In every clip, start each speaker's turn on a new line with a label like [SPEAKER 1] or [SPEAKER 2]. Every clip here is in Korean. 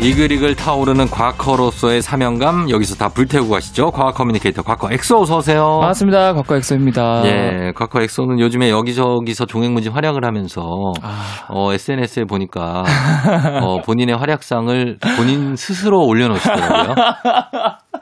[SPEAKER 1] 이글이글 타오르는 과커로서의 사명감 여기서 다 불태우고 가시죠. 과학 커뮤니케이터 과커 엑소 어서 오세요.
[SPEAKER 2] 반갑습니다. 과거 엑소입니다.
[SPEAKER 1] 예, 과커 엑소는 요즘에 여기저기서 종횡무진 활약을 하면서
[SPEAKER 2] 아,
[SPEAKER 1] 어, SNS에 보니까 어, 본인의 활약상을 본인 스스로 올려놓으시더라고요.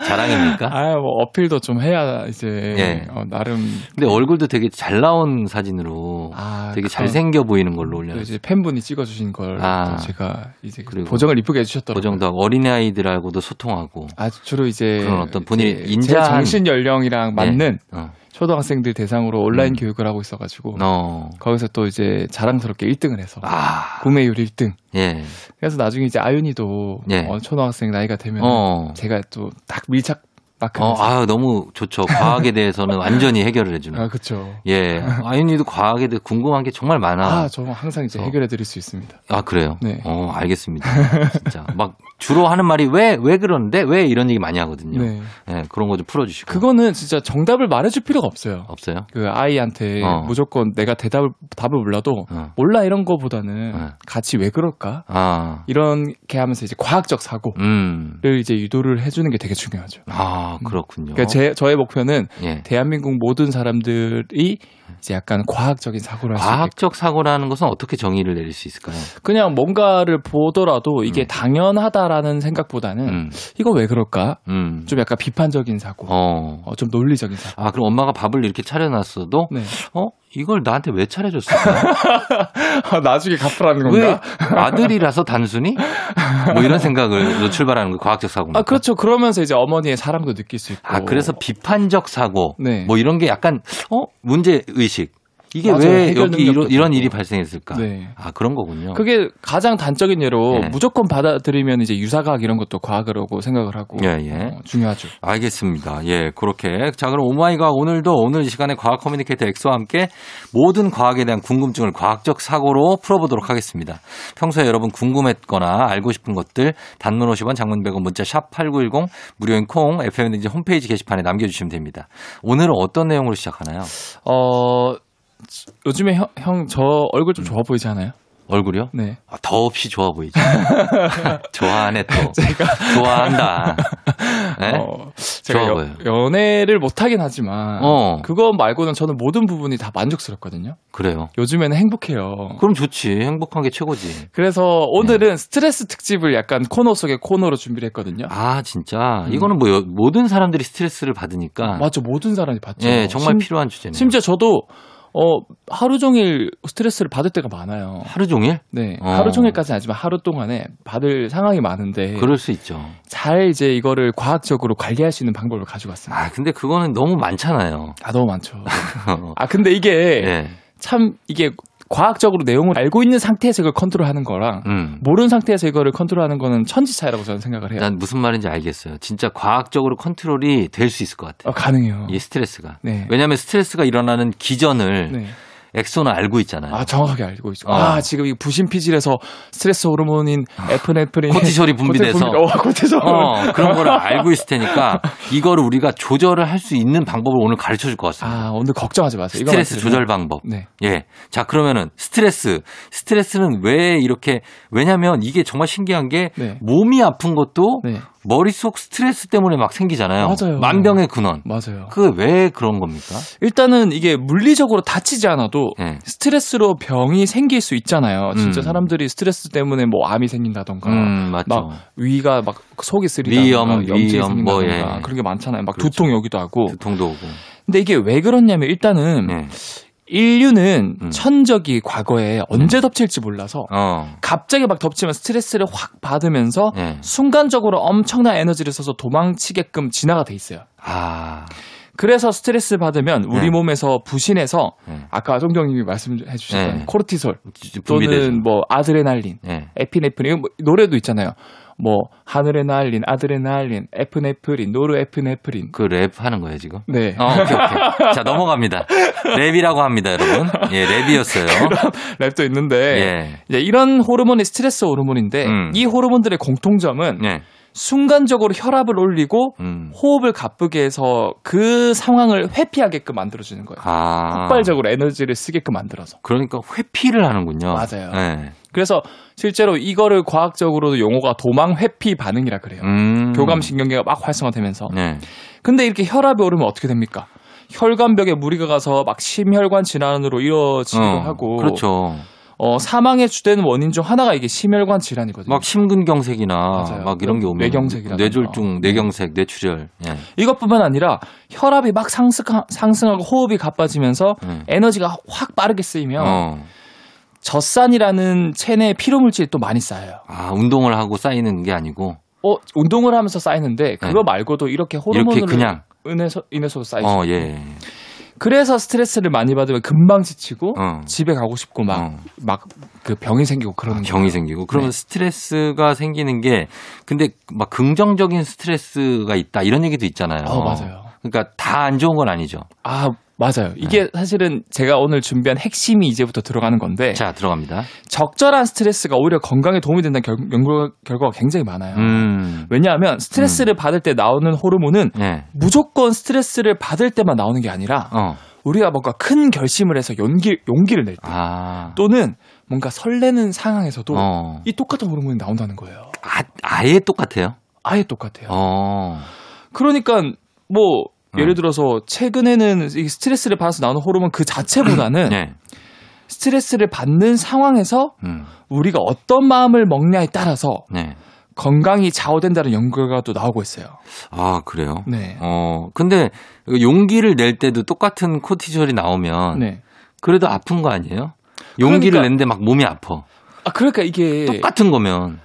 [SPEAKER 1] 자랑입니까?
[SPEAKER 2] 아유, 뭐 어필도 좀 해야 이제
[SPEAKER 1] 예.
[SPEAKER 2] 어, 나름
[SPEAKER 1] 근데 얼굴도 되게 잘 나온 사진으로
[SPEAKER 2] 아,
[SPEAKER 1] 되게
[SPEAKER 2] 그런-
[SPEAKER 1] 잘생겨 보이는 걸로
[SPEAKER 2] 또
[SPEAKER 1] 올려놨어요.
[SPEAKER 2] 이제 팬분이 찍어주신 걸
[SPEAKER 1] 아.
[SPEAKER 2] 또 제가 이제
[SPEAKER 1] 그리고
[SPEAKER 2] 보정을 이쁘게 해주셨더라고요.
[SPEAKER 1] 보정도 하고 어린아이들하고도 소통하고
[SPEAKER 2] 아 주로 이제
[SPEAKER 1] 그런 어떤 본인이
[SPEAKER 2] 이제
[SPEAKER 1] 인자한-
[SPEAKER 2] 제 정신 연령이랑 맞는
[SPEAKER 1] 어.
[SPEAKER 2] 초등학생들 대상으로 온라인
[SPEAKER 1] 음.
[SPEAKER 2] 교육을 하고 있어가지고
[SPEAKER 1] 어.
[SPEAKER 2] 거기서 또 이제 자랑스럽게 1등을 해서
[SPEAKER 1] 아.
[SPEAKER 2] 구매율 1등.
[SPEAKER 1] 예.
[SPEAKER 2] 그래서 나중에 이제 아윤이도
[SPEAKER 1] 예.
[SPEAKER 2] 어, 초등학생 나이가 되면
[SPEAKER 1] 어.
[SPEAKER 2] 제가 또 딱 밀착 마크.
[SPEAKER 1] 어, 아, 너무 좋죠. 과학에 대해서는 완전히 해결을 해주는.
[SPEAKER 2] 아 그렇죠.
[SPEAKER 1] 예. 아윤이도 과학에 대해 궁금한 게 정말 많아.
[SPEAKER 2] 아, 저 항상 이제
[SPEAKER 1] 어.
[SPEAKER 2] 해결해 드릴 수 있습니다.
[SPEAKER 1] 아, 그래요?
[SPEAKER 2] 네.
[SPEAKER 1] 어, 알겠습니다. 진짜. 막 주로 하는 말이 왜, 왜 그러는데? 왜 이런 얘기 많이 하거든요.
[SPEAKER 2] 네.
[SPEAKER 1] 예, 그런 거 좀 풀어주시고.
[SPEAKER 2] 그거는 진짜 정답을 말해줄 필요가 없어요.
[SPEAKER 1] 없어요?
[SPEAKER 2] 그 아이한테
[SPEAKER 1] 어.
[SPEAKER 2] 무조건 내가 대답을 답을 몰라도
[SPEAKER 1] 어.
[SPEAKER 2] 몰라 이런 거보다는
[SPEAKER 1] 네.
[SPEAKER 2] 같이 왜 그럴까
[SPEAKER 1] 아,
[SPEAKER 2] 이렇게 하면서 이제 과학적 사고를
[SPEAKER 1] 음.
[SPEAKER 2] 이제 유도를 해주는 게 되게 중요하죠.
[SPEAKER 1] 아, 그렇군요.
[SPEAKER 2] 그러니까 제 저의 목표는
[SPEAKER 1] 예.
[SPEAKER 2] 대한민국 모든 사람들이 이제 약간 과학적인 사고를 할수 있게
[SPEAKER 1] 과학적 사고라는 것은 어떻게 정의를 내릴 수 있을까요?
[SPEAKER 2] 그냥 뭔가를 보더라도 이게
[SPEAKER 1] 음.
[SPEAKER 2] 당연하다라는 생각보다는
[SPEAKER 1] 음.
[SPEAKER 2] 이거 왜 그럴까
[SPEAKER 1] 음.
[SPEAKER 2] 좀 약간 비판적인 사고,
[SPEAKER 1] 어.
[SPEAKER 2] 어, 좀 논리적인 사고.
[SPEAKER 1] 아, 그럼 엄마가 밥을 이렇게 차려놨어도,
[SPEAKER 2] 네.
[SPEAKER 1] 어? 이걸 나한테 왜 차려줬을까?
[SPEAKER 2] 아, 나중에 갚으라는
[SPEAKER 1] 왜 아들이라서 단순히 뭐 이런 생각을 출발하는 거 과학적 사고.
[SPEAKER 2] 아 그렇죠. 그러면서 이제 어머니의 사랑도 느낄 수 있고.
[SPEAKER 1] 아 그래서 비판적 사고
[SPEAKER 2] 네.
[SPEAKER 1] 뭐 이런 게 약간 어 문제 의식 이게
[SPEAKER 2] 맞아요.
[SPEAKER 1] 왜
[SPEAKER 2] 해결
[SPEAKER 1] 여기 이런,
[SPEAKER 2] 능력도
[SPEAKER 1] 이런
[SPEAKER 2] 되고.
[SPEAKER 1] 일이 발생했을까?
[SPEAKER 2] 네.
[SPEAKER 1] 아 그런 거군요.
[SPEAKER 2] 그게 가장 단적인 예로
[SPEAKER 1] 네.
[SPEAKER 2] 무조건 받아들이면 이제 유사과학 이런 것도 과학이라고 생각을 하고
[SPEAKER 1] 예, 예.
[SPEAKER 2] 어, 중요하죠.
[SPEAKER 1] 알겠습니다. 예, 그렇게. 자, 그럼 오마이과학 오늘도 오늘 이 시간에 과학 커뮤니케이터 엑소와 함께 모든 과학에 대한 궁금증을 과학적 사고로 풀어보도록 하겠습니다. 평소에 여러분 궁금했거나 알고 싶은 것들 단문 50원, 장문 100원, 문자 샵 8910 무료인 콩 FM 등지 홈페이지 게시판에 남겨주시면 됩니다. 오늘은 어떤 내용으로 시작하나요?
[SPEAKER 2] 어 요즘에 형 저 얼굴
[SPEAKER 1] 음.
[SPEAKER 2] 좀 좋아 보이지 않아요?
[SPEAKER 1] 얼굴이요?
[SPEAKER 2] 네.
[SPEAKER 1] 아, 더없이 좋아 보이죠. 좋아하네 또. 좋아한다. 네?
[SPEAKER 2] 어, 제가
[SPEAKER 1] 좋아
[SPEAKER 2] 여-
[SPEAKER 1] 보여요.
[SPEAKER 2] 연애를 못 하긴 하지만
[SPEAKER 1] 어.
[SPEAKER 2] 그거 말고는 저는 모든 부분이 다 만족스럽거든요.
[SPEAKER 1] 그래요.
[SPEAKER 2] 요즘에는 행복해요.
[SPEAKER 1] 그럼 좋지. 행복한 게 최고지.
[SPEAKER 2] 그래서
[SPEAKER 1] 네.
[SPEAKER 2] 오늘은 스트레스 특집을 약간 코너 속의 코너로 준비를 했거든요.
[SPEAKER 1] 아 진짜 이거는 뭐 여- 모든 사람들이 스트레스를 받으니까
[SPEAKER 2] 음. 맞죠. 모든 사람이 봤죠.
[SPEAKER 1] 아. 예 정말
[SPEAKER 2] 심-
[SPEAKER 1] 필요한 주제네요.
[SPEAKER 2] 심지어 저도 어 하루 종일 스트레스를 받을 때가 많아요.
[SPEAKER 1] 하루 종일
[SPEAKER 2] 네,
[SPEAKER 1] 어.
[SPEAKER 2] 하루 종일까지는 아니지만 하루 동안에 받을 상황이 많은데
[SPEAKER 1] 그럴 수 있죠.
[SPEAKER 2] 잘 이제 이거를 과학적으로 관리할 수 있는 방법을 가져왔습니다.
[SPEAKER 1] 아 근데 그거는 너무 많잖아요.
[SPEAKER 2] 아 너무 많죠. 아 근데 이게
[SPEAKER 1] 예,
[SPEAKER 2] 참 이게 과학적으로 내용을 알고 있는 상태에서 이걸 컨트롤하는 거랑
[SPEAKER 1] 음.
[SPEAKER 2] 모르는 상태에서 이거를 컨트롤하는 거는 천지 차이라고 저는 생각을 해요.
[SPEAKER 1] 난 무슨 말인지 알겠어요. 진짜 과학적으로 컨트롤이 될 수 있을 것 같아요.
[SPEAKER 2] 어, 가능해요.
[SPEAKER 1] 이 스트레스가.
[SPEAKER 2] 네.
[SPEAKER 1] 왜냐하면 스트레스가 일어나는 기전을
[SPEAKER 2] 네.
[SPEAKER 1] 엑소는 알고 있잖아요.
[SPEAKER 2] 아 정확하게 알고 있죠.
[SPEAKER 1] 어.
[SPEAKER 2] 아 지금 이 부신피질에서 스트레스 호르몬인 에프네프린
[SPEAKER 1] 코티솔이 분비돼서.
[SPEAKER 2] 예. 코티솔 분비- 어, 코티솔.
[SPEAKER 1] 어, 그런 거를 알고 있을 테니까 이거를 우리가 조절을 할 수 있는 방법을 오늘 가르쳐 줄 것 같습니다.
[SPEAKER 2] 아 오늘 걱정하지 마세요. 이거
[SPEAKER 1] 스트레스
[SPEAKER 2] 맞추면-
[SPEAKER 1] 조절 방법.
[SPEAKER 2] 네.
[SPEAKER 1] 예. 자, 그러면은 스트레스. 스트레스는 왜 이렇게 왜냐면 이게 정말 신기한 게
[SPEAKER 2] 네.
[SPEAKER 1] 몸이 아픈 것도
[SPEAKER 2] 네
[SPEAKER 1] 머릿속 스트레스 때문에 막 생기잖아요.
[SPEAKER 2] 맞아요.
[SPEAKER 1] 만병의 근원.
[SPEAKER 2] 맞아요.
[SPEAKER 1] 그 왜 그런 겁니까?
[SPEAKER 2] 일단은 이게 물리적으로 다치지 않아도
[SPEAKER 1] 예.
[SPEAKER 2] 스트레스로 병이 생길 수 있잖아요. 진짜
[SPEAKER 1] 음.
[SPEAKER 2] 사람들이 스트레스 때문에 뭐 암이 생긴다던가
[SPEAKER 1] 음, 맞죠.
[SPEAKER 2] 위가 막 속이
[SPEAKER 1] 위염,
[SPEAKER 2] 쓰리다던가 염증이
[SPEAKER 1] 위염, 뭐,
[SPEAKER 2] 생긴다던가
[SPEAKER 1] 예.
[SPEAKER 2] 그런 게 많잖아요. 막
[SPEAKER 1] 그렇죠.
[SPEAKER 2] 두통 네. 여기도 하고.
[SPEAKER 1] 두통도 오고.
[SPEAKER 2] 근데 이게 왜 그렇냐면 일단은
[SPEAKER 1] 예.
[SPEAKER 2] 인류는
[SPEAKER 1] 음.
[SPEAKER 2] 천적이 과거에 언제 덮칠지 몰라서
[SPEAKER 1] 어.
[SPEAKER 2] 갑자기 막 덮치면 스트레스를 확 받으면서
[SPEAKER 1] 예.
[SPEAKER 2] 순간적으로 엄청난 에너지를 써서 도망치게끔 진화가 돼 있어요.
[SPEAKER 1] 아.
[SPEAKER 2] 그래서 스트레스 받으면 우리
[SPEAKER 1] 네.
[SPEAKER 2] 몸에서 부신해서
[SPEAKER 1] 네.
[SPEAKER 2] 아까 송정님이 말씀해 주셨던
[SPEAKER 1] 네.
[SPEAKER 2] 코르티솔
[SPEAKER 1] 분비되죠.
[SPEAKER 2] 또는 뭐 아드레날린,
[SPEAKER 1] 예.
[SPEAKER 2] 에피네프린 이거 뭐 노래도 있잖아요. 뭐 하늘에날린, 아드레날린, 에프네프린, 노르에프네프린.
[SPEAKER 1] 그 랩하는 거예요 지금?
[SPEAKER 2] 네.
[SPEAKER 1] 어, 오케이 오케이. 자 넘어갑니다. 랩이라고 합니다, 여러분. 예, 랩이었어요.
[SPEAKER 2] 랩도 있는데
[SPEAKER 1] 예,
[SPEAKER 2] 이제 이런 호르몬이 스트레스 호르몬인데
[SPEAKER 1] 음.
[SPEAKER 2] 이 호르몬들의 공통점은
[SPEAKER 1] 예,
[SPEAKER 2] 순간적으로 혈압을 올리고
[SPEAKER 1] 음,
[SPEAKER 2] 호흡을 가쁘게 해서 그 상황을 회피하게끔 만들어주는 거예요.
[SPEAKER 1] 아,
[SPEAKER 2] 폭발적으로 에너지를 쓰게끔 만들어서.
[SPEAKER 1] 그러니까 회피를 하는군요.
[SPEAKER 2] 맞아요.
[SPEAKER 1] 예.
[SPEAKER 2] 그래서 실제로 이거를 과학적으로도 용어가 도망 회피 반응이라 그래요.
[SPEAKER 1] 음.
[SPEAKER 2] 교감 신경계가 막 활성화되면서.
[SPEAKER 1] 예.
[SPEAKER 2] 근데 이렇게 혈압이 오르면 어떻게 됩니까? 혈관벽에 무리가 가서 막 심혈관 질환으로 이어지기도
[SPEAKER 1] 어,
[SPEAKER 2] 하고
[SPEAKER 1] 그렇죠.
[SPEAKER 2] 어, 사망의 주된 원인 중 하나가 이게 심혈관 질환이거든요.
[SPEAKER 1] 막 심근경색이나
[SPEAKER 2] 맞아요.
[SPEAKER 1] 막 이런 게 오면
[SPEAKER 2] 뇌경색이라든가. 네.
[SPEAKER 1] 뇌졸중, 뇌경색, 뇌출혈. 예.
[SPEAKER 2] 이것뿐만 아니라 혈압이 막 상승, 상승하고 호흡이 가빠지면서
[SPEAKER 1] 예.
[SPEAKER 2] 에너지가 확 빠르게 쓰이면
[SPEAKER 1] 어.
[SPEAKER 2] 젖산이라는 체내 피로 물질이 또 많이 쌓여요.
[SPEAKER 1] 아, 운동을 하고 쌓이는 게 아니고
[SPEAKER 2] 어, 운동을 하면서 쌓이는데 그거 말고도 이렇게
[SPEAKER 1] 네. 이렇게
[SPEAKER 2] 호르몬으로
[SPEAKER 1] 그냥
[SPEAKER 2] 인해서 인해서 쌓이죠.
[SPEAKER 1] 어, 예.
[SPEAKER 2] 그래서 스트레스를 많이 받으면 금방 지치고
[SPEAKER 1] 어.
[SPEAKER 2] 집에 가고 싶고
[SPEAKER 1] 어.
[SPEAKER 2] 막 막 그 병이 생기고 그러는 거예요.
[SPEAKER 1] 병이 생기고
[SPEAKER 2] 네.
[SPEAKER 1] 그러면 스트레스가 생기는 게 근데 막 긍정적인 스트레스가 있다 이런 얘기도 있잖아요.
[SPEAKER 2] 어, 맞아요.
[SPEAKER 1] 그러니까 다 안 좋은 건 아니죠.
[SPEAKER 2] 아 맞아요. 이게
[SPEAKER 1] 네.
[SPEAKER 2] 사실은 제가 오늘 준비한 핵심이 이제부터 들어가는 건데
[SPEAKER 1] 자 들어갑니다.
[SPEAKER 2] 적절한 스트레스가 오히려 건강에 도움이 된다는 결, 연구 결과가 굉장히 많아요.
[SPEAKER 1] 음,
[SPEAKER 2] 왜냐하면 스트레스를 받을 때 나오는 호르몬은
[SPEAKER 1] 네,
[SPEAKER 2] 무조건 스트레스를 받을 때만 나오는 게 아니라
[SPEAKER 1] 어,
[SPEAKER 2] 우리가 뭔가 큰 결심을 해서 용기, 용기를 낼 때
[SPEAKER 1] 아,
[SPEAKER 2] 또는 뭔가 설레는 상황에서도
[SPEAKER 1] 어,
[SPEAKER 2] 이 똑같은 호르몬이 나온다는 거예요.
[SPEAKER 1] 아, 아예 똑같아요.
[SPEAKER 2] 아예 똑같아요.
[SPEAKER 1] 어,
[SPEAKER 2] 그러니까 뭐
[SPEAKER 1] 음.
[SPEAKER 2] 예를 들어서 최근에는 이 스트레스를 받아서 나오는 호르몬 그 자체보다는
[SPEAKER 1] 네,
[SPEAKER 2] 스트레스를 받는 상황에서
[SPEAKER 1] 음,
[SPEAKER 2] 우리가 어떤 마음을 먹냐에 따라서
[SPEAKER 1] 네,
[SPEAKER 2] 건강이 좌우된다는 연구가 또 나오고 있어요.
[SPEAKER 1] 아 그래요.
[SPEAKER 2] 네.
[SPEAKER 1] 어, 근데 용기를 낼 때도 똑같은 코티졸이 나오면
[SPEAKER 2] 네.
[SPEAKER 1] 그래도 아픈 거 아니에요? 용기를
[SPEAKER 2] 그러니까-
[SPEAKER 1] 냈는데 막 몸이 아파.
[SPEAKER 2] 아 그러니까 이게
[SPEAKER 1] 똑같은 거면.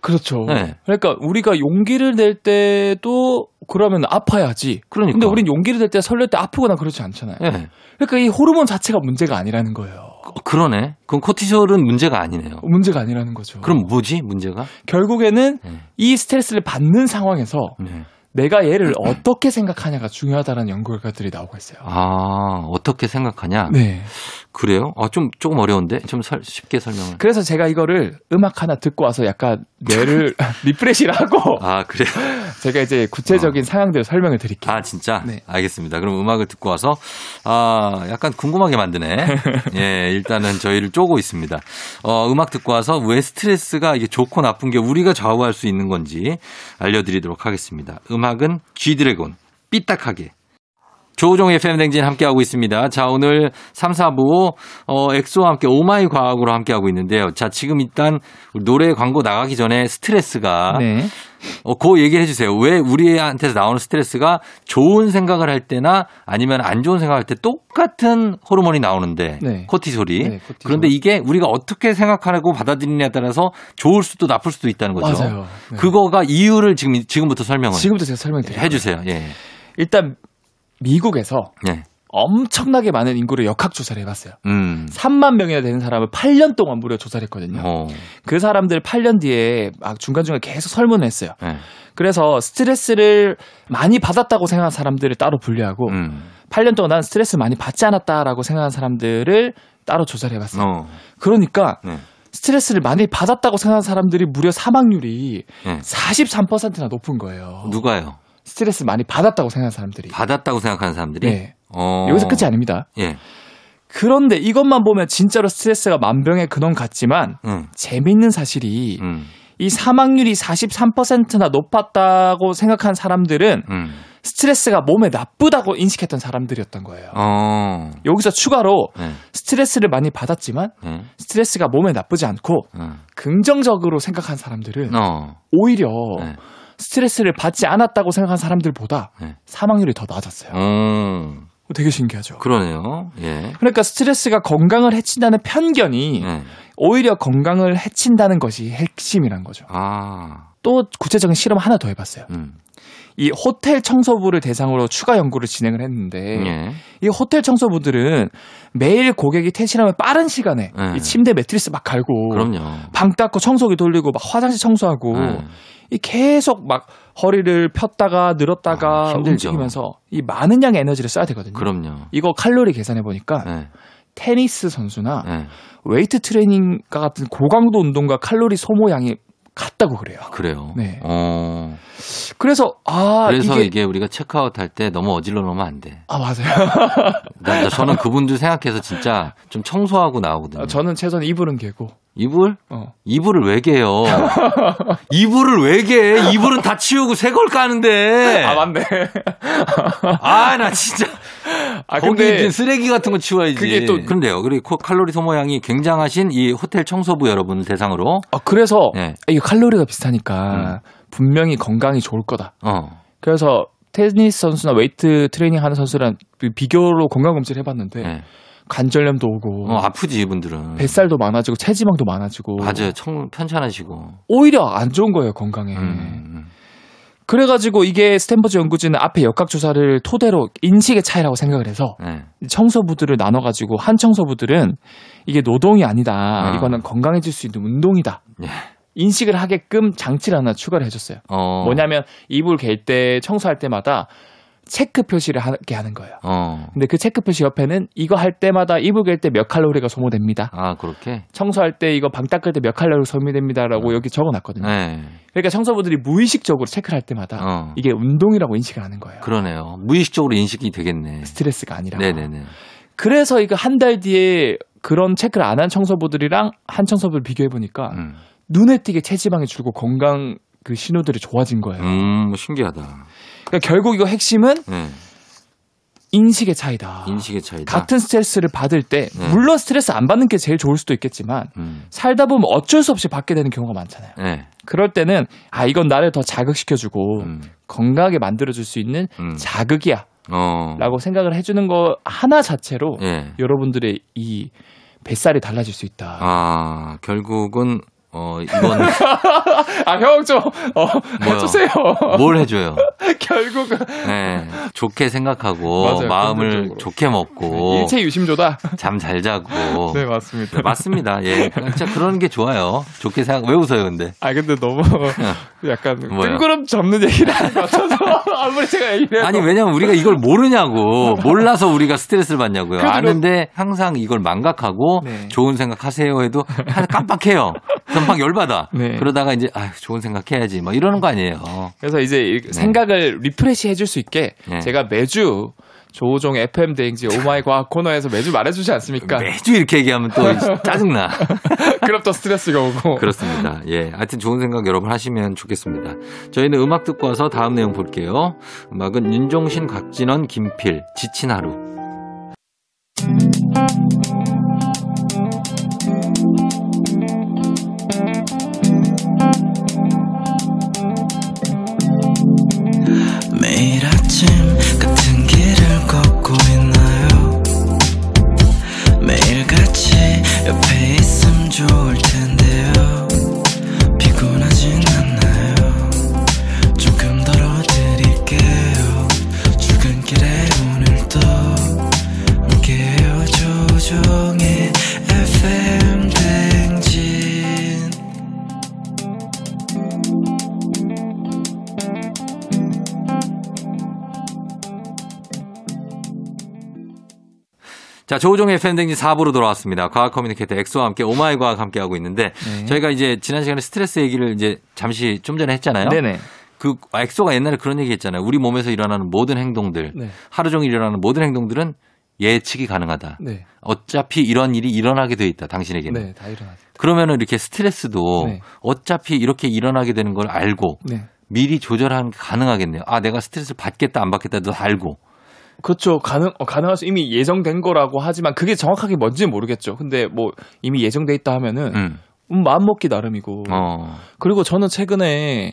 [SPEAKER 2] 그렇죠.
[SPEAKER 1] 네.
[SPEAKER 2] 그러니까 우리가 용기를 낼 때도 그러면 아파야지.
[SPEAKER 1] 그러니까.
[SPEAKER 2] 근데 우린 용기를 낼 때 설렐 때 아프거나 그렇지 않잖아요.
[SPEAKER 1] 예.
[SPEAKER 2] 그러니까 이 호르몬 자체가 문제가 아니라는 거예요.
[SPEAKER 1] 어, 그러네. 그럼 코티졸은 문제가 아니네요.
[SPEAKER 2] 문제가 아니라는 거죠.
[SPEAKER 1] 그럼 뭐지 문제가?
[SPEAKER 2] 결국에는
[SPEAKER 1] 네.
[SPEAKER 2] 이 스트레스를 받는 상황에서
[SPEAKER 1] 네.
[SPEAKER 2] 내가 얘를 어떻게 생각하냐가 중요하다는 연구 결과들이 나오고 있어요.
[SPEAKER 1] 아 어떻게 생각하냐?
[SPEAKER 2] 네.
[SPEAKER 1] 그래요? 아 좀 조금 어려운데 좀 설- 쉽게 설명을.
[SPEAKER 2] 그래서 제가 이거를 음악 하나 듣고 와서 약간 뇌를 리프레시를 하고
[SPEAKER 1] 아 그래요?
[SPEAKER 2] 제가 이제 구체적인 상황들을 설명을 드릴게요.
[SPEAKER 1] 아 진짜?
[SPEAKER 2] 네.
[SPEAKER 1] 알겠습니다. 그럼 음악을 듣고 와서 아 약간 궁금하게 만드네. 예, 일단은 저희를 쪼고 있습니다. 어 음악 듣고 와서 왜 스트레스가 이게 좋고 나쁜 게 우리가 좌우할 수 있는 건지 알려드리도록 하겠습니다. 음악은 G 드래곤 삐딱하게. 조우종의 팬댕진 함께하고 있습니다. 자, 오늘 3, 4부, 어, 엑소와 함께 오마이 과학으로 함께하고 있는데요. 자, 지금 일단 우리 노래 광고 나가기 전에 스트레스가
[SPEAKER 2] 네.
[SPEAKER 1] 어, 그 얘기를 해주세요. 왜 우리한테서 나오는 스트레스가 좋은 생각을 할 때나 아니면 안 좋은 생각할 때 똑같은 호르몬이 나오는데
[SPEAKER 2] 네.
[SPEAKER 1] 코티솔이.
[SPEAKER 2] 네, 코티솔.
[SPEAKER 1] 그런데 이게 우리가 어떻게 생각하고 받아들이냐에 따라서 좋을 수도 나쁠 수도 있다는 거죠.
[SPEAKER 2] 맞아요. 네.
[SPEAKER 1] 그거가 이유를 지금 지금부터 설명을
[SPEAKER 2] 지금부터 제가 설명드릴게요.
[SPEAKER 1] 해주세요. 예.
[SPEAKER 2] 일단 미국에서
[SPEAKER 1] 예.
[SPEAKER 2] 엄청나게 많은 인구를 역학 조사를 해봤어요.
[SPEAKER 1] 음.
[SPEAKER 2] 3만 명이나 되는 사람을 8년 동안 무려 조사를 했거든요.
[SPEAKER 1] 어.
[SPEAKER 2] 그 사람들 8년 뒤에 막 중간중간 계속 설문을 했어요.
[SPEAKER 1] 예.
[SPEAKER 2] 그래서 스트레스를 많이 받았다고 생각한 사람들을 따로 분류하고
[SPEAKER 1] 음.
[SPEAKER 2] 8년 동안 난 스트레스 많이 받지 않았다라고 생각한 사람들을 따로 조사를 해봤어요.
[SPEAKER 1] 어.
[SPEAKER 2] 그러니까
[SPEAKER 1] 네.
[SPEAKER 2] 스트레스를 많이 받았다고 생각한 사람들이 무려 사망률이
[SPEAKER 1] 예.
[SPEAKER 2] 43%나 높은 거예요.
[SPEAKER 1] 누가요?
[SPEAKER 2] 스트레스 많이 받았다고 생각한 사람들이.
[SPEAKER 1] 받았다고 생각하는 사람들이.
[SPEAKER 2] 네.
[SPEAKER 1] 어.
[SPEAKER 2] 여기서 끝이 아닙니다.
[SPEAKER 1] 예.
[SPEAKER 2] 그런데 이것만 보면 진짜로 스트레스가 만병의 근원 같지만
[SPEAKER 1] 음.
[SPEAKER 2] 재미있는 사실이
[SPEAKER 1] 음.
[SPEAKER 2] 이 사망률이 43%나 높았다고 생각한 사람들은
[SPEAKER 1] 음.
[SPEAKER 2] 스트레스가 몸에 나쁘다고 인식했던 사람들이었던 거예요.
[SPEAKER 1] 어.
[SPEAKER 2] 여기서 추가로
[SPEAKER 1] 예.
[SPEAKER 2] 스트레스를 많이 받았지만
[SPEAKER 1] 예.
[SPEAKER 2] 스트레스가 몸에 나쁘지 않고
[SPEAKER 1] 음.
[SPEAKER 2] 긍정적으로 생각한 사람들은
[SPEAKER 1] 어.
[SPEAKER 2] 오히려
[SPEAKER 1] 네.
[SPEAKER 2] 스트레스를 받지 않았다고 생각한 사람들보다
[SPEAKER 1] 네.
[SPEAKER 2] 사망률이 더 낮았어요.
[SPEAKER 1] 음,
[SPEAKER 2] 되게 신기하죠.
[SPEAKER 1] 그러네요. 예.
[SPEAKER 2] 그러니까 스트레스가 건강을 해친다는 편견이
[SPEAKER 1] 예.
[SPEAKER 2] 오히려 건강을 해친다는 것이 핵심이란 거죠.
[SPEAKER 1] 아,
[SPEAKER 2] 또 구체적인 실험 하나 더 해봤어요.
[SPEAKER 1] 음.
[SPEAKER 2] 이 호텔 청소부를 대상으로 추가 연구를 진행을 했는데
[SPEAKER 1] 예.
[SPEAKER 2] 이 호텔 청소부들은 매일 고객이 퇴실하면 빠른 시간에
[SPEAKER 1] 네.
[SPEAKER 2] 이 침대 매트리스 막 갈고
[SPEAKER 1] 그럼요.
[SPEAKER 2] 방 닦고 청소기 돌리고 막 화장실 청소하고
[SPEAKER 1] 네.
[SPEAKER 2] 이 계속 막 허리를 폈다가 늘었다가
[SPEAKER 1] 아, 힘들죠.
[SPEAKER 2] 움직이면서 이 많은 양의 에너지를 써야 되거든요.
[SPEAKER 1] 그럼요.
[SPEAKER 2] 이거 칼로리 계산해 보니까
[SPEAKER 1] 네.
[SPEAKER 2] 테니스 선수나
[SPEAKER 1] 네.
[SPEAKER 2] 웨이트 트레이닝과 같은 고강도 운동과 칼로리 소모량이 같다고 그래요.
[SPEAKER 1] 그래요.
[SPEAKER 2] 네.
[SPEAKER 1] 어.
[SPEAKER 2] 그래서 아
[SPEAKER 1] 그래서
[SPEAKER 2] 이게
[SPEAKER 1] 이게, 우리가 체크아웃 할 때 너무 어질러 놓으면 안 돼.
[SPEAKER 2] 아 맞아요.
[SPEAKER 1] 나- 저는 그분들 생각해서 진짜 좀 청소하고 나오거든요.
[SPEAKER 2] 아, 저는 최소한 이불은 개고
[SPEAKER 1] 이불?
[SPEAKER 2] 어.
[SPEAKER 1] 이불을 왜 개요? 이불을 왜 개? 이불은 다 치우고 새 걸 까는데.
[SPEAKER 2] 아 맞네.
[SPEAKER 1] 아, 나 진짜.
[SPEAKER 2] 아
[SPEAKER 1] 거기
[SPEAKER 2] 근데
[SPEAKER 1] 있는 쓰레기 같은 거 치워야지.
[SPEAKER 2] 그게 또-
[SPEAKER 1] 그런데요. 그리고 칼로리 소모량이 굉장하신 이 호텔 청소부 여러분 대상으로.
[SPEAKER 2] 아, 그래서
[SPEAKER 1] 네. 음.
[SPEAKER 2] 이게 칼로리가 비슷하니까 분명히 건강이 좋을 거다.
[SPEAKER 1] 어.
[SPEAKER 2] 그래서 테니스 선수나 웨이트 트레이닝 하는 선수랑 비- 비교로 건강 검진을 해봤는데
[SPEAKER 1] 네.
[SPEAKER 2] 관절염도 오고
[SPEAKER 1] 어, 아프지, 이분들은.
[SPEAKER 2] 뱃살도 많아지고 체지방도 많아지고
[SPEAKER 1] 맞아요. 청, 편찮으시고.
[SPEAKER 2] 오히려 안 좋은 거예요 건강에.
[SPEAKER 1] 음.
[SPEAKER 2] 그래가지고 이게 스탠퍼드 연구진은 앞에 역학 조사를 토대로 인식의 차이라고 생각을 해서
[SPEAKER 1] 네.
[SPEAKER 2] 청소부들을 나눠가지고 한 청소부들은 이게 노동이 아니다.
[SPEAKER 1] 아.
[SPEAKER 2] 이거는 건강해질 수 있는 운동이다.
[SPEAKER 1] 예.
[SPEAKER 2] 인식을 하게끔 장치를 하나 추가를 해줬어요.
[SPEAKER 1] 어.
[SPEAKER 2] 뭐냐면 이불 갤 때 청소할 때마다 체크 표시를 하게 하는 거예요.
[SPEAKER 1] 어.
[SPEAKER 2] 근데 그 체크 표시 옆에는 이거 할 때마다 이불 갤 때 몇 칼로리가 소모됩니다.
[SPEAKER 1] 아, 그렇게?
[SPEAKER 2] 청소할 때 이거 방 닦을 때 몇 칼로리 소모됩니다라고 여기 적어놨거든요.
[SPEAKER 1] 네.
[SPEAKER 2] 그러니까 청소부들이 무의식적으로 체크를 할 때마다
[SPEAKER 1] 어.
[SPEAKER 2] 이게 운동이라고 인식을 하는 거예요.
[SPEAKER 1] 그러네요. 무의식적으로 인식이 되겠네.
[SPEAKER 2] 스트레스가 아니라.
[SPEAKER 1] 네네네. 음.
[SPEAKER 2] 그래서 이거 한 달 뒤에 그런 체크를 안 한 청소부들이랑 한 청소부를 비교해 보니까
[SPEAKER 1] 음.
[SPEAKER 2] 눈에 띄게 체지방이 줄고 건강 그 신호들이 좋아진 거예요.
[SPEAKER 1] 음, 신기하다.
[SPEAKER 2] 그러니까 결국 이거 핵심은
[SPEAKER 1] 네.
[SPEAKER 2] 인식의 차이다.
[SPEAKER 1] 인식의 차이다.
[SPEAKER 2] 아, 같은 스트레스를 받을 때
[SPEAKER 1] 네.
[SPEAKER 2] 물론 스트레스 안 받는 게 제일 좋을 수도 있겠지만
[SPEAKER 1] 음.
[SPEAKER 2] 살다 보면 어쩔 수 없이 받게 되는 경우가 많잖아요.
[SPEAKER 1] 네.
[SPEAKER 2] 그럴 때는 아 이건 나를 더 자극시켜주고
[SPEAKER 1] 음.
[SPEAKER 2] 건강하게 만들어줄 수 있는
[SPEAKER 1] 음.
[SPEAKER 2] 자극이야라고
[SPEAKER 1] 어.
[SPEAKER 2] 생각을 해주는 거 하나 자체로
[SPEAKER 1] 예.
[SPEAKER 2] 여러분들의 이 뱃살이 달라질 수 있다.
[SPEAKER 1] 아, 결국은, 어, 이건
[SPEAKER 2] 아, 형 좀, 어, 해주세요.
[SPEAKER 1] 뭘 해줘요?
[SPEAKER 2] 결국은.
[SPEAKER 1] 네. 좋게 생각하고,
[SPEAKER 2] 맞아요,
[SPEAKER 1] 마음을
[SPEAKER 2] 긍정적으로. 네,
[SPEAKER 1] 좋게 먹고,
[SPEAKER 2] 일체 유심조다.
[SPEAKER 1] 잠 잘 자고.
[SPEAKER 2] 네, 맞습니다.
[SPEAKER 1] 네, 맞습니다. 예. 진짜 그런 게 좋아요. 좋게 생각, 왜 웃어요, 근데?
[SPEAKER 2] 아, 근데 너무 약간
[SPEAKER 1] 어. 뭐야?
[SPEAKER 2] 뜬구름 접는 얘기를 하는 것 같아서 아무리 제가 얘기를 해도.
[SPEAKER 1] 아니 왜냐면 우리가 이걸 모르냐고 몰라서 우리가 스트레스를 받냐고요.
[SPEAKER 2] 그래도
[SPEAKER 1] 아는데 항상 이걸 망각하고
[SPEAKER 2] 네.
[SPEAKER 1] 좋은 생각하세요 해도 한- 깜빡해요. 그럼 막 열받아.
[SPEAKER 2] 네.
[SPEAKER 1] 그러다가 이제 아 좋은 생각해야지 막 이러는 거 아니에요.
[SPEAKER 2] 그래서 이제 이 생각을 리프레시 해줄 수 있게
[SPEAKER 1] 네.
[SPEAKER 2] 제가 매주 조우종 FM 대행지 오마이 과학 코너에서 매주 말해주지 않습니까?
[SPEAKER 1] 매주 이렇게 얘기하면 또 짜증나.
[SPEAKER 2] 그럼 또 스트레스가 오고.
[SPEAKER 1] 그렇습니다. 예. 하여튼 좋은 생각 여러분 하시면 좋겠습니다. 저희는 음악 듣고 와서 다음 내용 볼게요. 음악은 윤종신, 곽진원, 김필, 지친 하루.
[SPEAKER 3] 매일 아침 같은 길을 걷고 있나요 매일 같이 옆에 있음 좋을 텐데요 피곤하진 않나요 조금 덜어드릴게요 출근길에 오늘도 함께해요 조종의 FM 댕진
[SPEAKER 1] 자, 조우종의 팬댕진 4부로 돌아왔습니다. 과학 커뮤니케이터 엑소와 함께 오마이 과학 함께하고 있는데
[SPEAKER 2] 네.
[SPEAKER 1] 저희가 이제 지난 시간에 스트레스 얘기를 이제 잠시 좀 전에 했잖아요.
[SPEAKER 2] 네네.
[SPEAKER 1] 그 엑소가 옛날에 그런 얘기 했잖아요. 우리 몸에서 일어나는 모든 행동들,
[SPEAKER 2] 네.
[SPEAKER 1] 하루 종일 일어나는 모든 행동들은 예측이 가능하다.
[SPEAKER 2] 네.
[SPEAKER 1] 어차피 이런 일이 일어나게 돼 있다. 당신에게는.
[SPEAKER 2] 네, 다 일어나죠.
[SPEAKER 1] 그러면은 이렇게 스트레스도
[SPEAKER 2] 네.
[SPEAKER 1] 어차피 이렇게 일어나게 되는 걸 알고
[SPEAKER 2] 네.
[SPEAKER 1] 미리 조절하는 게 가능하겠네요. 아, 내가 스트레스를 받겠다 안 받겠다도 알고.
[SPEAKER 2] 그렇죠. 가능 어, 가능할 수 이미 예정된 거라고 하지만 그게 정확하게 뭔지는 모르겠죠. 근데 뭐 이미 예정돼 있다 하면은
[SPEAKER 1] 음.
[SPEAKER 2] 음, 마음 먹기 나름이고.
[SPEAKER 1] 어.
[SPEAKER 2] 그리고 저는 최근에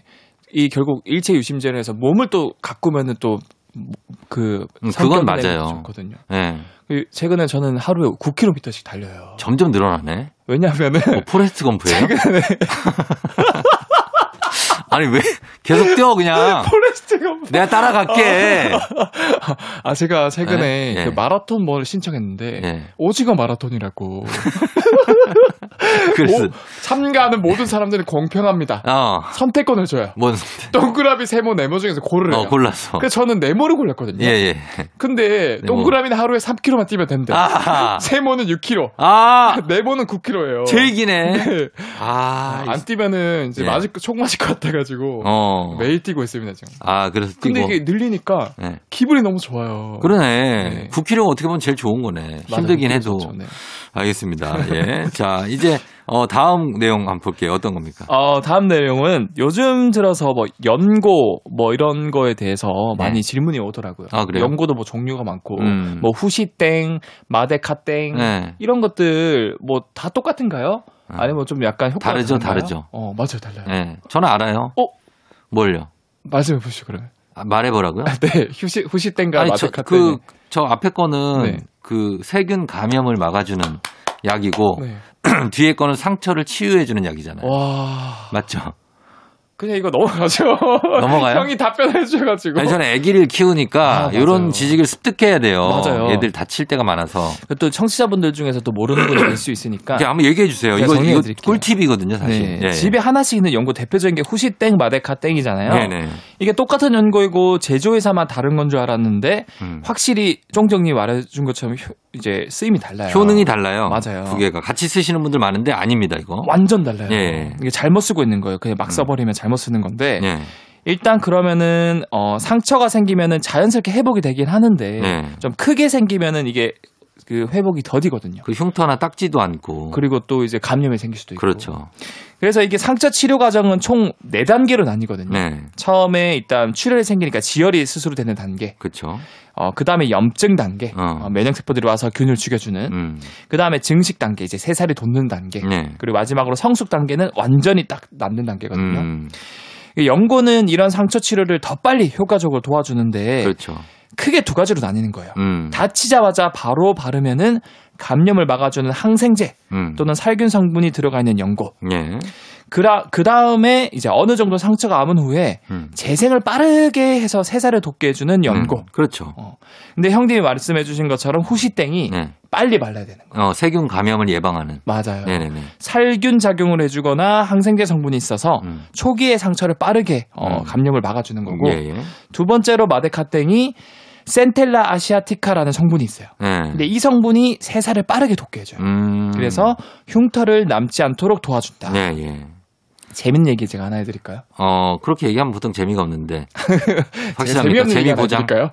[SPEAKER 2] 이 결국 일체 유심제에서 몸을 또 가꾸면은 또그
[SPEAKER 1] 음, 그건 맞아요.
[SPEAKER 2] 좋거든요.
[SPEAKER 1] 예.
[SPEAKER 2] 그 최근에 저는 하루에 9km씩 달려요.
[SPEAKER 1] 점점 늘어나네.
[SPEAKER 2] 왜냐하면은
[SPEAKER 1] 뭐 포레스트 검프예요? 아니 왜 계속 뛰어 그냥.
[SPEAKER 2] 네, 포레스트가 어.
[SPEAKER 1] 내가 따라갈게.
[SPEAKER 2] 아 제가 최근에
[SPEAKER 1] 네?
[SPEAKER 2] 그
[SPEAKER 1] 예.
[SPEAKER 2] 마라톤 뭘 신청했는데
[SPEAKER 1] 예.
[SPEAKER 2] 오징어 마라톤이라고
[SPEAKER 1] 그래서
[SPEAKER 2] 오- 참가하는 모든 사람들은 공평합니다.
[SPEAKER 1] 어.
[SPEAKER 2] 선택권을 줘요.
[SPEAKER 1] 뭔
[SPEAKER 2] 동그라미 세모 네모 중에서 고르래요.
[SPEAKER 1] 어, 골랐어.
[SPEAKER 2] 그래서 저는 네모를 골랐거든요.
[SPEAKER 1] 예, 예.
[SPEAKER 2] 근데
[SPEAKER 1] 네모.
[SPEAKER 2] 동그라미는 하루에 3km만 뛰면 된대.
[SPEAKER 1] 아.
[SPEAKER 2] 세모는 6km.
[SPEAKER 1] 아.
[SPEAKER 2] 네모는 9km예요.
[SPEAKER 1] 제일 기네.
[SPEAKER 2] 네.
[SPEAKER 1] 아.
[SPEAKER 2] 안 뛰면은 이제
[SPEAKER 1] 예.
[SPEAKER 2] 맞을 총 맞을 것 같아가지고
[SPEAKER 1] 어.
[SPEAKER 2] 매일 뛰고 있습니다 지금.
[SPEAKER 1] 아, 그래서 뛰고.
[SPEAKER 2] 네. 근데 이게 늘리니까
[SPEAKER 1] 예.
[SPEAKER 2] 기분이 너무 좋아요.
[SPEAKER 1] 그러네.
[SPEAKER 2] 네.
[SPEAKER 1] 9kg 어떻게 보면 제일 좋은 거네.
[SPEAKER 2] 맞아요.
[SPEAKER 1] 힘들긴
[SPEAKER 2] 기분
[SPEAKER 1] 해도.
[SPEAKER 2] 좋죠, 네.
[SPEAKER 1] 알겠습니다. 예. 자, 이제 어 다음 내용 한번 볼게요. 어떤 겁니까?
[SPEAKER 2] 어, 다음 내용은 요즘 들어서 뭐 연고 뭐 이런 거에 대해서 많이 질문이 오더라고요.
[SPEAKER 1] 네. 아, 그래요?
[SPEAKER 2] 연고도 뭐 종류가 많고
[SPEAKER 1] 음.
[SPEAKER 2] 뭐 후시땡, 마데카땡
[SPEAKER 1] 네.
[SPEAKER 2] 이런 것들 뭐 다 똑같은가요? 아니면 좀 약간 효과가
[SPEAKER 1] 다르죠,
[SPEAKER 2] 다른가요?
[SPEAKER 1] 다르죠.
[SPEAKER 2] 어, 맞아요, 달라요.
[SPEAKER 1] 예. 저는 알아요.
[SPEAKER 2] 어?
[SPEAKER 1] 뭘요?
[SPEAKER 2] 말씀해 보시죠, 그러면.
[SPEAKER 1] 아, 말해보라고요?
[SPEAKER 2] 아, 네, 후시 후시땡과
[SPEAKER 1] 저,
[SPEAKER 2] 마데카땡.
[SPEAKER 1] 그, 저 앞에 거는
[SPEAKER 2] 네.
[SPEAKER 1] 그 세균 감염을 막아주는 약이고
[SPEAKER 2] 네.
[SPEAKER 1] 뒤에 거는 상처를 치유해주는 약이잖아요.
[SPEAKER 2] 와,
[SPEAKER 1] 맞죠?
[SPEAKER 2] 그냥 이거 넘어가죠.
[SPEAKER 1] 넘어가요?
[SPEAKER 2] 형이 답변해 주셔가지고.
[SPEAKER 1] 아니, 저는 아기를 키우니까
[SPEAKER 2] 아, 맞아요.
[SPEAKER 1] 이런 지식을 습득해야 돼요.
[SPEAKER 2] 맞아요.
[SPEAKER 1] 애들 다칠 때가 많아서.
[SPEAKER 2] 또 청취자분들 중에서도 모르는 분이 있을 수 있으니까
[SPEAKER 1] 이렇게 한번 얘기해 주세요.
[SPEAKER 2] 아. 제가
[SPEAKER 1] 이거,
[SPEAKER 2] 정리해
[SPEAKER 1] 이거
[SPEAKER 2] 드릴게요.
[SPEAKER 1] 꿀팁이거든요, 사실. 예,
[SPEAKER 2] 네. 집에 하나씩 있는 연고 대표적인 게 후시땡, 마데카땡이잖아요.
[SPEAKER 1] 네네.
[SPEAKER 2] 이게 똑같은 연고이고 제조회사만 다른 건 줄 알았는데
[SPEAKER 1] 음. 확실히
[SPEAKER 2] 확실히 쫑정님 말해준 것처럼 효- 이제 쓰임이 달라요.
[SPEAKER 1] 효능이 달라요.
[SPEAKER 2] 네. 맞아요.
[SPEAKER 1] 두 개가 같이 쓰시는 분들 많은데 아닙니다, 이거.
[SPEAKER 2] 완전 달라요.
[SPEAKER 1] 예.
[SPEAKER 2] 이게 잘못 쓰고 있는 거예요.
[SPEAKER 1] 음.
[SPEAKER 2] 그냥 막 써버리면 잘못 쓰는 건데
[SPEAKER 1] 예.
[SPEAKER 2] 일단 그러면은 어, 상처가 생기면은 자연스럽게 회복이 되긴 하는데
[SPEAKER 1] 예.
[SPEAKER 2] 좀 크게 생기면은 이게 그 회복이 더디거든요.
[SPEAKER 1] 그 흉터나 닦지도 않고.
[SPEAKER 2] 그리고 또 이제 감염이 생길 수도 있고.
[SPEAKER 1] 그렇죠.
[SPEAKER 2] 그래서 이게 상처 치료 과정은 총 네단계로 나뉘거든요.
[SPEAKER 1] 네.
[SPEAKER 2] 처음에 일단 출혈이 생기니까 지혈이 스스로 되는 단계.
[SPEAKER 1] 그렇죠.
[SPEAKER 2] 어, 그 다음에 염증 단계.
[SPEAKER 1] 어.
[SPEAKER 2] 어, 면역세포들이 와서 균을 죽여주는.
[SPEAKER 1] 음.
[SPEAKER 2] 그 다음에 증식 단계. 이제 새살이 돋는 단계.
[SPEAKER 1] 네.
[SPEAKER 2] 그리고 마지막으로 성숙 단계는 완전히 딱 남는 단계거든요.
[SPEAKER 1] 음.
[SPEAKER 2] 이 연고는 이런 상처 치료를 더 빨리 효과적으로 도와주는데
[SPEAKER 1] 그렇죠.
[SPEAKER 2] 크게 두 가지로 나뉘는 거예요.
[SPEAKER 1] 음.
[SPEAKER 2] 네. 다치자마자 바로 바르면은 감염을 막아주는 항생제
[SPEAKER 1] 음.
[SPEAKER 2] 또는 살균 성분이 들어가 있는 연고.
[SPEAKER 1] 예.
[SPEAKER 2] 그라, 그 다음에 이제 어느 정도 상처가 아문 후에
[SPEAKER 1] 음.
[SPEAKER 2] 재생을 빠르게 해서 새살을 돋게 해주는 연고.
[SPEAKER 1] 음. 그렇죠.
[SPEAKER 2] 근데 형님이 말씀해주신 것처럼 후시땡이
[SPEAKER 1] 네.
[SPEAKER 2] 빨리 발라야 되는 거예요.
[SPEAKER 1] 어, 세균 감염을 예방하는.
[SPEAKER 2] 맞아요.
[SPEAKER 1] 네네네.
[SPEAKER 2] 살균 작용을 해주거나 항생제 성분이 있어서
[SPEAKER 1] 음.
[SPEAKER 2] 초기에 상처를 빠르게 어,
[SPEAKER 1] 음.
[SPEAKER 2] 감염을 막아주는 거고
[SPEAKER 1] 예, 예.
[SPEAKER 2] 두 번째로 마데카땡이 센텔라 아시아티카라는 성분이 있어요.
[SPEAKER 1] 네.
[SPEAKER 2] 근데 이 성분이 새살을 빠르게 돋게 해줘요.
[SPEAKER 1] 음.
[SPEAKER 2] 그래서 흉터를 남지 않도록 도와준다.
[SPEAKER 1] 네, 예.
[SPEAKER 2] 재밌는 얘기 제가 하나 해드릴까요?
[SPEAKER 1] 어, 그렇게 얘기하면 보통 재미가 없는데.
[SPEAKER 2] 제가
[SPEAKER 1] 확실합니다.
[SPEAKER 2] 재미없는 얘기
[SPEAKER 1] 재미
[SPEAKER 2] 하나
[SPEAKER 1] 보장.
[SPEAKER 2] 해드릴까요?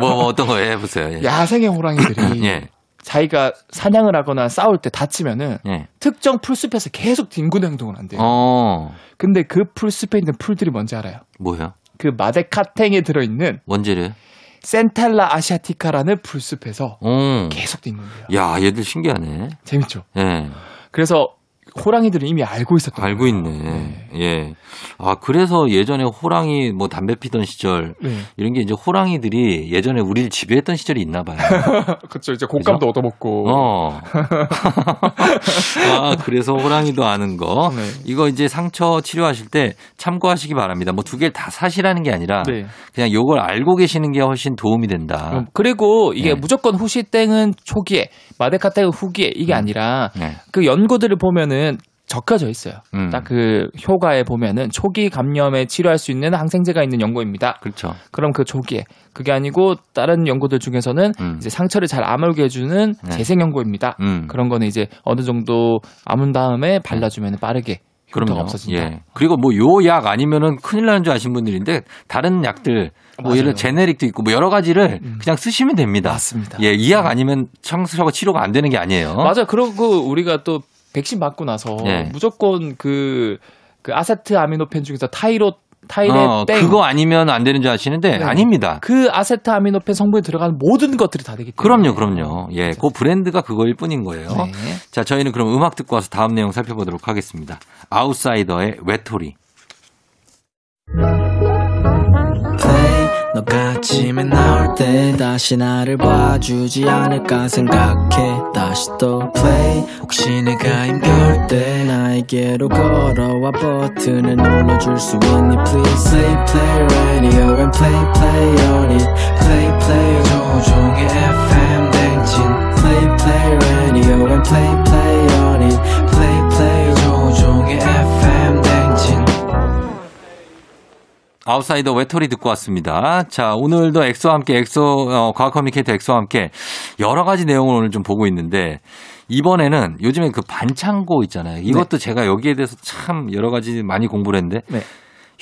[SPEAKER 1] 뭐, 뭐 어떤 거 해보세요. 예.
[SPEAKER 2] 야생의 호랑이들이
[SPEAKER 1] 예.
[SPEAKER 2] 자기가 사냥을 하거나 싸울 때 다치면은
[SPEAKER 1] 예.
[SPEAKER 2] 특정 풀숲에서 계속 뒹구는 행동을 한대요.
[SPEAKER 1] 어,
[SPEAKER 2] 근데 그 풀숲에 있는 풀들이 뭔지 알아요?
[SPEAKER 1] 뭐예요?
[SPEAKER 2] 그 마데카탱에 들어있는
[SPEAKER 1] 원재료?
[SPEAKER 2] 센탈라 아시아티카라는 풀숲에서
[SPEAKER 1] 어.
[SPEAKER 2] 계속 뒹굽니다.
[SPEAKER 1] 야, 얘들 신기하네.
[SPEAKER 2] 재밌죠?
[SPEAKER 1] 예.
[SPEAKER 2] 그래서 호랑이들은 이미 알고 있었던 거예요.
[SPEAKER 1] 알고 있네.
[SPEAKER 2] 네.
[SPEAKER 1] 예. 아, 그래서 예전에 호랑이 뭐 담배 피던 시절
[SPEAKER 2] 네.
[SPEAKER 1] 이런 게 이제 호랑이들이 예전에 우리를 지배했던 시절이 있나 봐요.
[SPEAKER 2] 그쵸. 이제 곶감도 얻어먹고.
[SPEAKER 1] 어. 아, 그래서 호랑이도 아는 거.
[SPEAKER 2] 네.
[SPEAKER 1] 이거 이제 상처 치료하실 때 참고하시기 바랍니다. 뭐 두 개 다 사시라는 게 아니라
[SPEAKER 2] 네.
[SPEAKER 1] 그냥 요걸 알고 계시는 게 훨씬 도움이 된다.
[SPEAKER 2] 그럼 그리고 이게
[SPEAKER 1] 예.
[SPEAKER 2] 무조건 후시땡은 초기에, 마데카땡은 후기에 이게
[SPEAKER 1] 음.
[SPEAKER 2] 아니라
[SPEAKER 1] 네.
[SPEAKER 2] 그 연고들을 보면은 적혀져 있어요.
[SPEAKER 1] 음.
[SPEAKER 2] 딱 그 효과에 보면은 초기 감염에 치료할 수 있는 항생제가 있는 연고입니다.
[SPEAKER 1] 그렇죠.
[SPEAKER 2] 그럼 그 초기에 그게 아니고 다른 연고들 중에서는
[SPEAKER 1] 음.
[SPEAKER 2] 이제 상처를 잘 아물게 해주는
[SPEAKER 1] 네.
[SPEAKER 2] 재생 연고입니다.
[SPEAKER 1] 음.
[SPEAKER 2] 그런 거는 이제 어느 정도 아문 다음에 발라주면 빠르게
[SPEAKER 1] 네.
[SPEAKER 2] 흉터가
[SPEAKER 1] 그럼요.
[SPEAKER 2] 없어진다.
[SPEAKER 1] 예. 그리고 뭐 요 약 아니면은 큰일 나는 줄 아신 분들인데 다른 약들 뭐
[SPEAKER 2] 맞아요.
[SPEAKER 1] 예를 들어 제네릭도 있고 뭐 여러 가지를
[SPEAKER 2] 음.
[SPEAKER 1] 그냥 쓰시면 됩니다.
[SPEAKER 2] 맞습니다. 음.
[SPEAKER 1] 예, 이 약 아니면 청소가 치료가 안 되는 게 아니에요.
[SPEAKER 2] 맞아. 그리고 우리가 또 백신 맞고 나서
[SPEAKER 1] 예.
[SPEAKER 2] 무조건 그, 그 아세트 아미노펜 중에서 타이로 타이레
[SPEAKER 1] 어,
[SPEAKER 2] 땡.
[SPEAKER 1] 그거 아니면 안 되는 줄 아시는데
[SPEAKER 2] 네.
[SPEAKER 1] 아닙니다.
[SPEAKER 2] 그 아세트 아미노펜 성분이 들어가는 모든 것들이 다 되기 때문에.
[SPEAKER 1] 그럼요, 그럼요. 예, 그 브랜드가 그거일 뿐인 거예요.
[SPEAKER 2] 음. 네.
[SPEAKER 1] 자, 저희는 그럼 음악 듣고 와서 다음 내용 살펴보도록 하겠습니다. 아웃사이더의 외톨이.
[SPEAKER 3] Play 너가 아침에 나올 때 다시 나를 봐주지 않을까 생각해 다
[SPEAKER 4] 다시 또 play 혹시 내가 힘겨울 때 나에게로 걸어와 버튼을 눌러줄 수 있니 please play play radio and play play on it play play 조종의 FM 댕진 play play radio and play play on it play play 조종의 FM 댕진
[SPEAKER 1] 아웃사이더 외톨이 듣고 왔습니다. 자, 오늘도 엑소와 함께 엑소 어, 과학 커뮤니케이터 엑소와 함께 여러 가지 내용을 오늘 좀 보고 있는데 이번에는 요즘에 그 반창고
[SPEAKER 2] 네.
[SPEAKER 1] 있잖아요. 이것도 제가 여기에 대해서 참 여러 가지 많이 공부를 했는데
[SPEAKER 2] 네.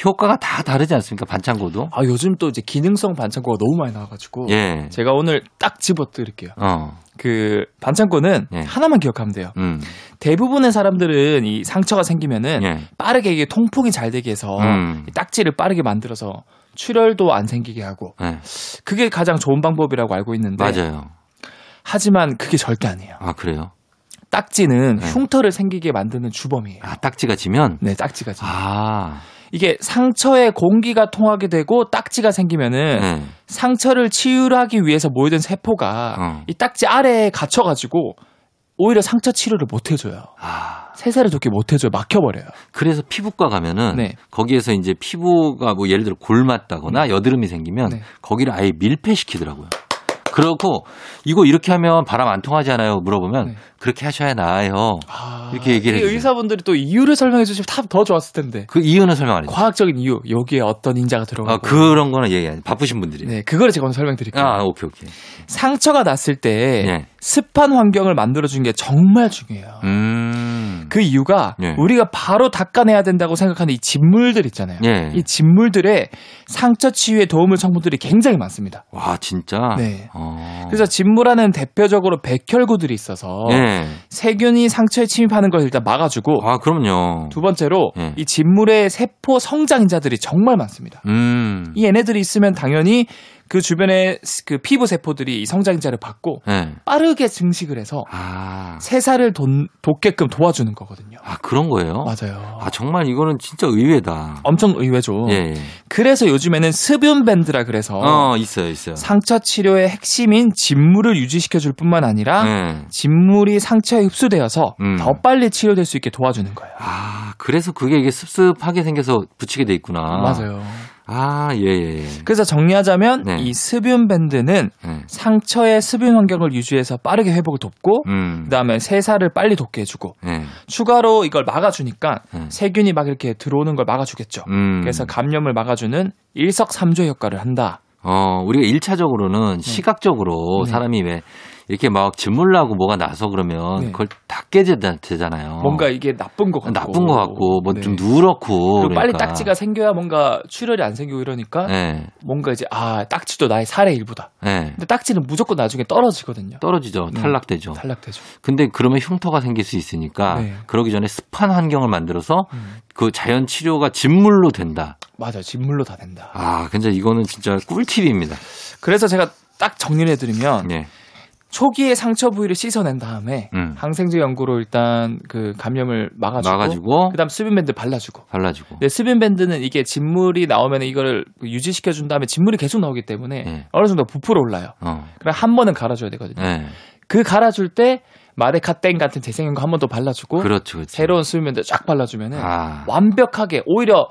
[SPEAKER 1] 효과가 다 다르지 않습니까? 반창고도.
[SPEAKER 2] 아 요즘 또 이제 기능성 반창고가 너무 많이 나와가지고
[SPEAKER 1] 예.
[SPEAKER 2] 제가 오늘 딱 집어드릴게요.
[SPEAKER 1] 어.
[SPEAKER 2] 그 반창고는
[SPEAKER 1] 예.
[SPEAKER 2] 하나만 기억하면 돼요.
[SPEAKER 1] 음.
[SPEAKER 2] 대부분의 사람들은 이 상처가 생기면은
[SPEAKER 1] 예.
[SPEAKER 2] 빠르게 이게 통풍이 잘 되게 해서
[SPEAKER 1] 음.
[SPEAKER 2] 이 딱지를 빠르게 만들어서 출혈도 안 생기게 하고
[SPEAKER 1] 예.
[SPEAKER 2] 그게 가장 좋은 방법이라고 알고 있는데
[SPEAKER 1] 맞아요.
[SPEAKER 2] 하지만 그게 절대 아니에요.
[SPEAKER 1] 아, 그래요.
[SPEAKER 2] 딱지는
[SPEAKER 1] 네.
[SPEAKER 2] 흉터를 생기게 만드는 주범이에요.
[SPEAKER 1] 아, 딱지가 지면
[SPEAKER 2] 네, 딱지가 지금.
[SPEAKER 1] 아.
[SPEAKER 2] 이게 상처에 공기가 통하게 되고 딱지가 생기면은
[SPEAKER 1] 예.
[SPEAKER 2] 상처를 치유하기 위해서 모여든 세포가
[SPEAKER 1] 어.
[SPEAKER 2] 이 딱지 아래에 갇혀가지고 오히려 상처 치료를 못 해줘요.
[SPEAKER 1] 아.
[SPEAKER 2] 세세를 돕게 못 해줘요. 막혀버려요.
[SPEAKER 1] 그래서 피부과 가면은
[SPEAKER 2] 네.
[SPEAKER 1] 거기에서 이제 피부가 뭐 예를 들어 골맞다거나 여드름이 생기면
[SPEAKER 2] 네.
[SPEAKER 1] 거기를 아예 밀폐시키더라고요. 그렇고 이거 이렇게 하면 바람 안 통하지 않아요? 물어보면
[SPEAKER 2] 네.
[SPEAKER 1] 그렇게 하셔야 나아요.
[SPEAKER 2] 아,
[SPEAKER 1] 이렇게 얘기를
[SPEAKER 2] 이게
[SPEAKER 1] 해주세요.
[SPEAKER 2] 의사분들이 또 이유를 설명해 주시면 다 더 좋았을 텐데.
[SPEAKER 1] 그 이유는 설명 안 해요.
[SPEAKER 2] 과학적인 이유, 여기에 어떤 인자가 들어가고.
[SPEAKER 1] 아, 그런 거는 얘기 안 해요. 바쁘신 분들이.
[SPEAKER 2] 네, 네. 그거를 제가 오늘 설명드릴게요.
[SPEAKER 1] 아, 오케이, 오케이.
[SPEAKER 2] 상처가 났을 때
[SPEAKER 1] 예.
[SPEAKER 2] 습한 환경을 만들어주는 게 정말 중요해요.
[SPEAKER 1] 음.
[SPEAKER 2] 그 이유가
[SPEAKER 1] 예.
[SPEAKER 2] 우리가 바로 닦아내야 된다고 생각하는 이 진물들 있잖아요.
[SPEAKER 1] 예.
[SPEAKER 2] 이 진물들의 상처 치유에 도움을 성분들이 굉장히 많습니다.
[SPEAKER 1] 와, 진짜?
[SPEAKER 2] 네.
[SPEAKER 1] 어.
[SPEAKER 2] 그래서 진물하는 대표적으로 백혈구들이 있어서
[SPEAKER 1] 예.
[SPEAKER 2] 세균이 상처에 침입하는 걸 일단 막아주고
[SPEAKER 1] 아, 그럼요.
[SPEAKER 2] 두 번째로
[SPEAKER 1] 예.
[SPEAKER 2] 이 진물의 세포 성장인자들이 정말 많습니다.
[SPEAKER 1] 음.
[SPEAKER 2] 이 얘네들이 있으면 당연히 그 주변의 스- 그 피부 세포들이 이 성장인자를 받고
[SPEAKER 1] 예.
[SPEAKER 2] 빠르게 증식을 해서
[SPEAKER 1] 아.
[SPEAKER 2] 새살을 돈- 돋게끔 도와주는 거거든요.
[SPEAKER 1] 아, 그런 거예요?
[SPEAKER 2] 어? 맞아요.
[SPEAKER 1] 아, 정말 이거는 진짜 의외다.
[SPEAKER 2] 엄청 의외죠.
[SPEAKER 1] 예. 예.
[SPEAKER 2] 그래서 요즘에는 습윤 밴드라 그래서
[SPEAKER 1] 어, 있어요, 있어요.
[SPEAKER 2] 상처 치료의 핵심인 진물을 유지시켜 줄 뿐만 아니라
[SPEAKER 1] 예.
[SPEAKER 2] 진물이 상처에 흡수되어서
[SPEAKER 1] 음.
[SPEAKER 2] 더 빨리 치료될 수 있게 도와주는 거예요.
[SPEAKER 1] 아, 그래서 그게 이게 습습하게 생겨서 붙이게 돼 있구나.
[SPEAKER 2] 맞아요.
[SPEAKER 1] 아, 예, 예.
[SPEAKER 2] 그래서 정리하자면
[SPEAKER 1] 네.
[SPEAKER 2] 이 습윤 밴드는
[SPEAKER 1] 예.
[SPEAKER 2] 상처의 습윤 환경을 유지해서 빠르게 회복을 돕고
[SPEAKER 1] 음.
[SPEAKER 2] 그다음에 새살을 빨리 돋게 해주고
[SPEAKER 1] 예.
[SPEAKER 2] 추가로 이걸 막아주니까
[SPEAKER 1] 네.
[SPEAKER 2] 세균이 막 이렇게 들어오는 걸 막아주겠죠.
[SPEAKER 1] 음.
[SPEAKER 2] 그래서 감염을 막아주는 일석삼조 효과를 한다.
[SPEAKER 1] 어, 우리가 일차적으로는 시각적으로
[SPEAKER 2] 네.
[SPEAKER 1] 사람이 왜 이렇게 막 짓물라고 뭐가 나서 그러면
[SPEAKER 2] 네.
[SPEAKER 1] 그걸 다 깨져 되잖아요.
[SPEAKER 2] 뭔가 이게 나쁜 것 같고
[SPEAKER 1] 어. 나쁜 것 같고, 뭐 좀
[SPEAKER 2] 네.
[SPEAKER 1] 누렇고.
[SPEAKER 2] 그리고 빨리
[SPEAKER 1] 그러니까.
[SPEAKER 2] 딱지가 생겨야 뭔가 출혈이 안 생기고 이러니까
[SPEAKER 1] 예.
[SPEAKER 2] 뭔가 이제 아 딱지도 나의 살의 일부다.
[SPEAKER 1] 예.
[SPEAKER 2] 근데 딱지는 무조건 나중에 떨어지거든요.
[SPEAKER 1] 떨어지죠.
[SPEAKER 2] 네.
[SPEAKER 1] 탈락되죠.
[SPEAKER 2] 탈락되죠.
[SPEAKER 1] 근데 그러면 흉터가 생길 수 있으니까
[SPEAKER 2] 네.
[SPEAKER 1] 그러기 전에 습한 환경을 만들어서
[SPEAKER 2] 음.
[SPEAKER 1] 그 자연 치료가 진물로 된다.
[SPEAKER 2] 맞아 요 진물로 다 된다.
[SPEAKER 1] 아, 근데 이거는 진짜 꿀팁입니다.
[SPEAKER 2] 그래서 제가 딱 정리를 해드리면
[SPEAKER 1] 예.
[SPEAKER 2] 초기에 상처 부위를 씻어낸 다음에
[SPEAKER 1] 음.
[SPEAKER 2] 항생제 연고로 일단 그 감염을 막아주고,
[SPEAKER 1] 막아주고
[SPEAKER 2] 그다음 수빈밴드 발라주고.
[SPEAKER 1] 발라주고.
[SPEAKER 2] 근데 수빈밴드는 이게 진물이 나오면 이거를 유지시켜준 다음에 진물이 계속 나오기 때문에
[SPEAKER 1] 네.
[SPEAKER 2] 어느 정도 부풀어 올라요.
[SPEAKER 1] 어.
[SPEAKER 2] 그럼 한 번은 갈아줘야 되거든요.
[SPEAKER 1] 예.
[SPEAKER 2] 그 갈아줄 때 마데카땡 같은 재생연고 한 번 더 발라주고
[SPEAKER 1] 그렇죠. 그렇죠.
[SPEAKER 2] 새로운 수빈밴드 쫙 발라주면은
[SPEAKER 1] 아.
[SPEAKER 2] 완벽하게 오히려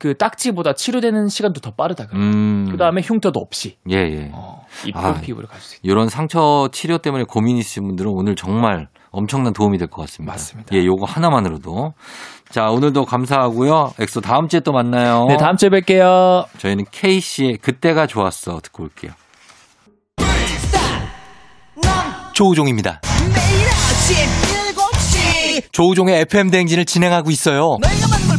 [SPEAKER 2] 그 딱지보다 치료되는 시간도 더 빠르다 그래요.
[SPEAKER 1] 음.
[SPEAKER 2] 그다음에 흉터도 없이
[SPEAKER 1] 예, 예.
[SPEAKER 2] 어, 이쁜
[SPEAKER 1] 아.
[SPEAKER 2] 피부를 가질 수 있다.
[SPEAKER 1] 이런 상처 치료 때문에 고민 있으신 분들은 오늘 정말 엄청난 도움이 될 것 같습니다.
[SPEAKER 2] 맞습니다.
[SPEAKER 1] 예, 요거 하나만으로도. 자, 오늘도 감사하고요. 엑소 다음 주에 또 만나요.
[SPEAKER 2] 네, 다음 주에 뵐게요.
[SPEAKER 1] 저희는 K 씨의 그때가 좋았어 듣고 올게요. 조우종입니다.
[SPEAKER 5] 매일 아침 7시
[SPEAKER 1] 조우종의 FM 대행진을 진행하고 있어요.
[SPEAKER 5] 너희가 받는 걸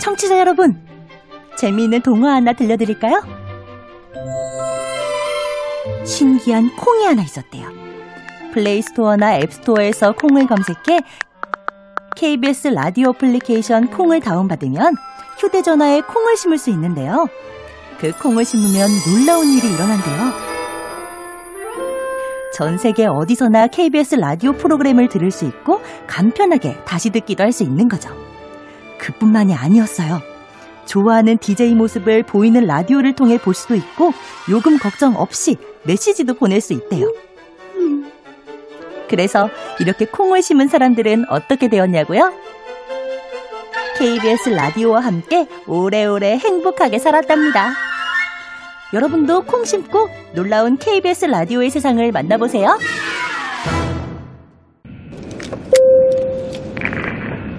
[SPEAKER 6] 청취자 여러분, 재미있는 동화 하나 들려드릴까요? 신기한 콩이 하나 있었대요. 플레이스토어나 앱스토어에서 콩을 검색해 KBS 라디오 어플리케이션 콩을 다운받으면 휴대전화에 콩을 심을 수 있는데요. 그 콩을 심으면 놀라운 일이 일어난대요. 전 세계 어디서나 KBS 라디오 프로그램을 들을 수 있고 간편하게 다시 듣기도 할 수 있는 거죠. 그뿐만이 아니었어요. 좋아하는 DJ 모습을 보이는 라디오를 통해 볼 수도 있고 요금 걱정 없이 메시지도 보낼 수 있대요. 그래서 이렇게 콩을 심은 사람들은 어떻게 되었냐고요? KBS 라디오와 함께 오래오래 행복하게 살았답니다. 여러분도 콩 심고 놀라운 KBS 라디오의 세상을 만나보세요.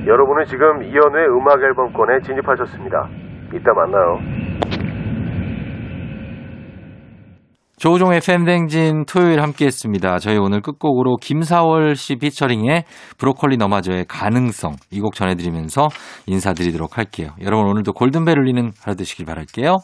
[SPEAKER 7] 여러분은 지금 이현우의 음악 앨범권에 진입하셨습니다. 이따 만나요.
[SPEAKER 1] 조우종 FM 댕진 토요일 함께 했습니다. 저희 오늘 끝곡으로 김사월 씨 피처링의 브로콜리 너마저의 가능성 이 곡 전해드리면서 인사드리도록 할게요. 여러분 오늘도 골든벨 울리는 하루 되시길 바랄게요.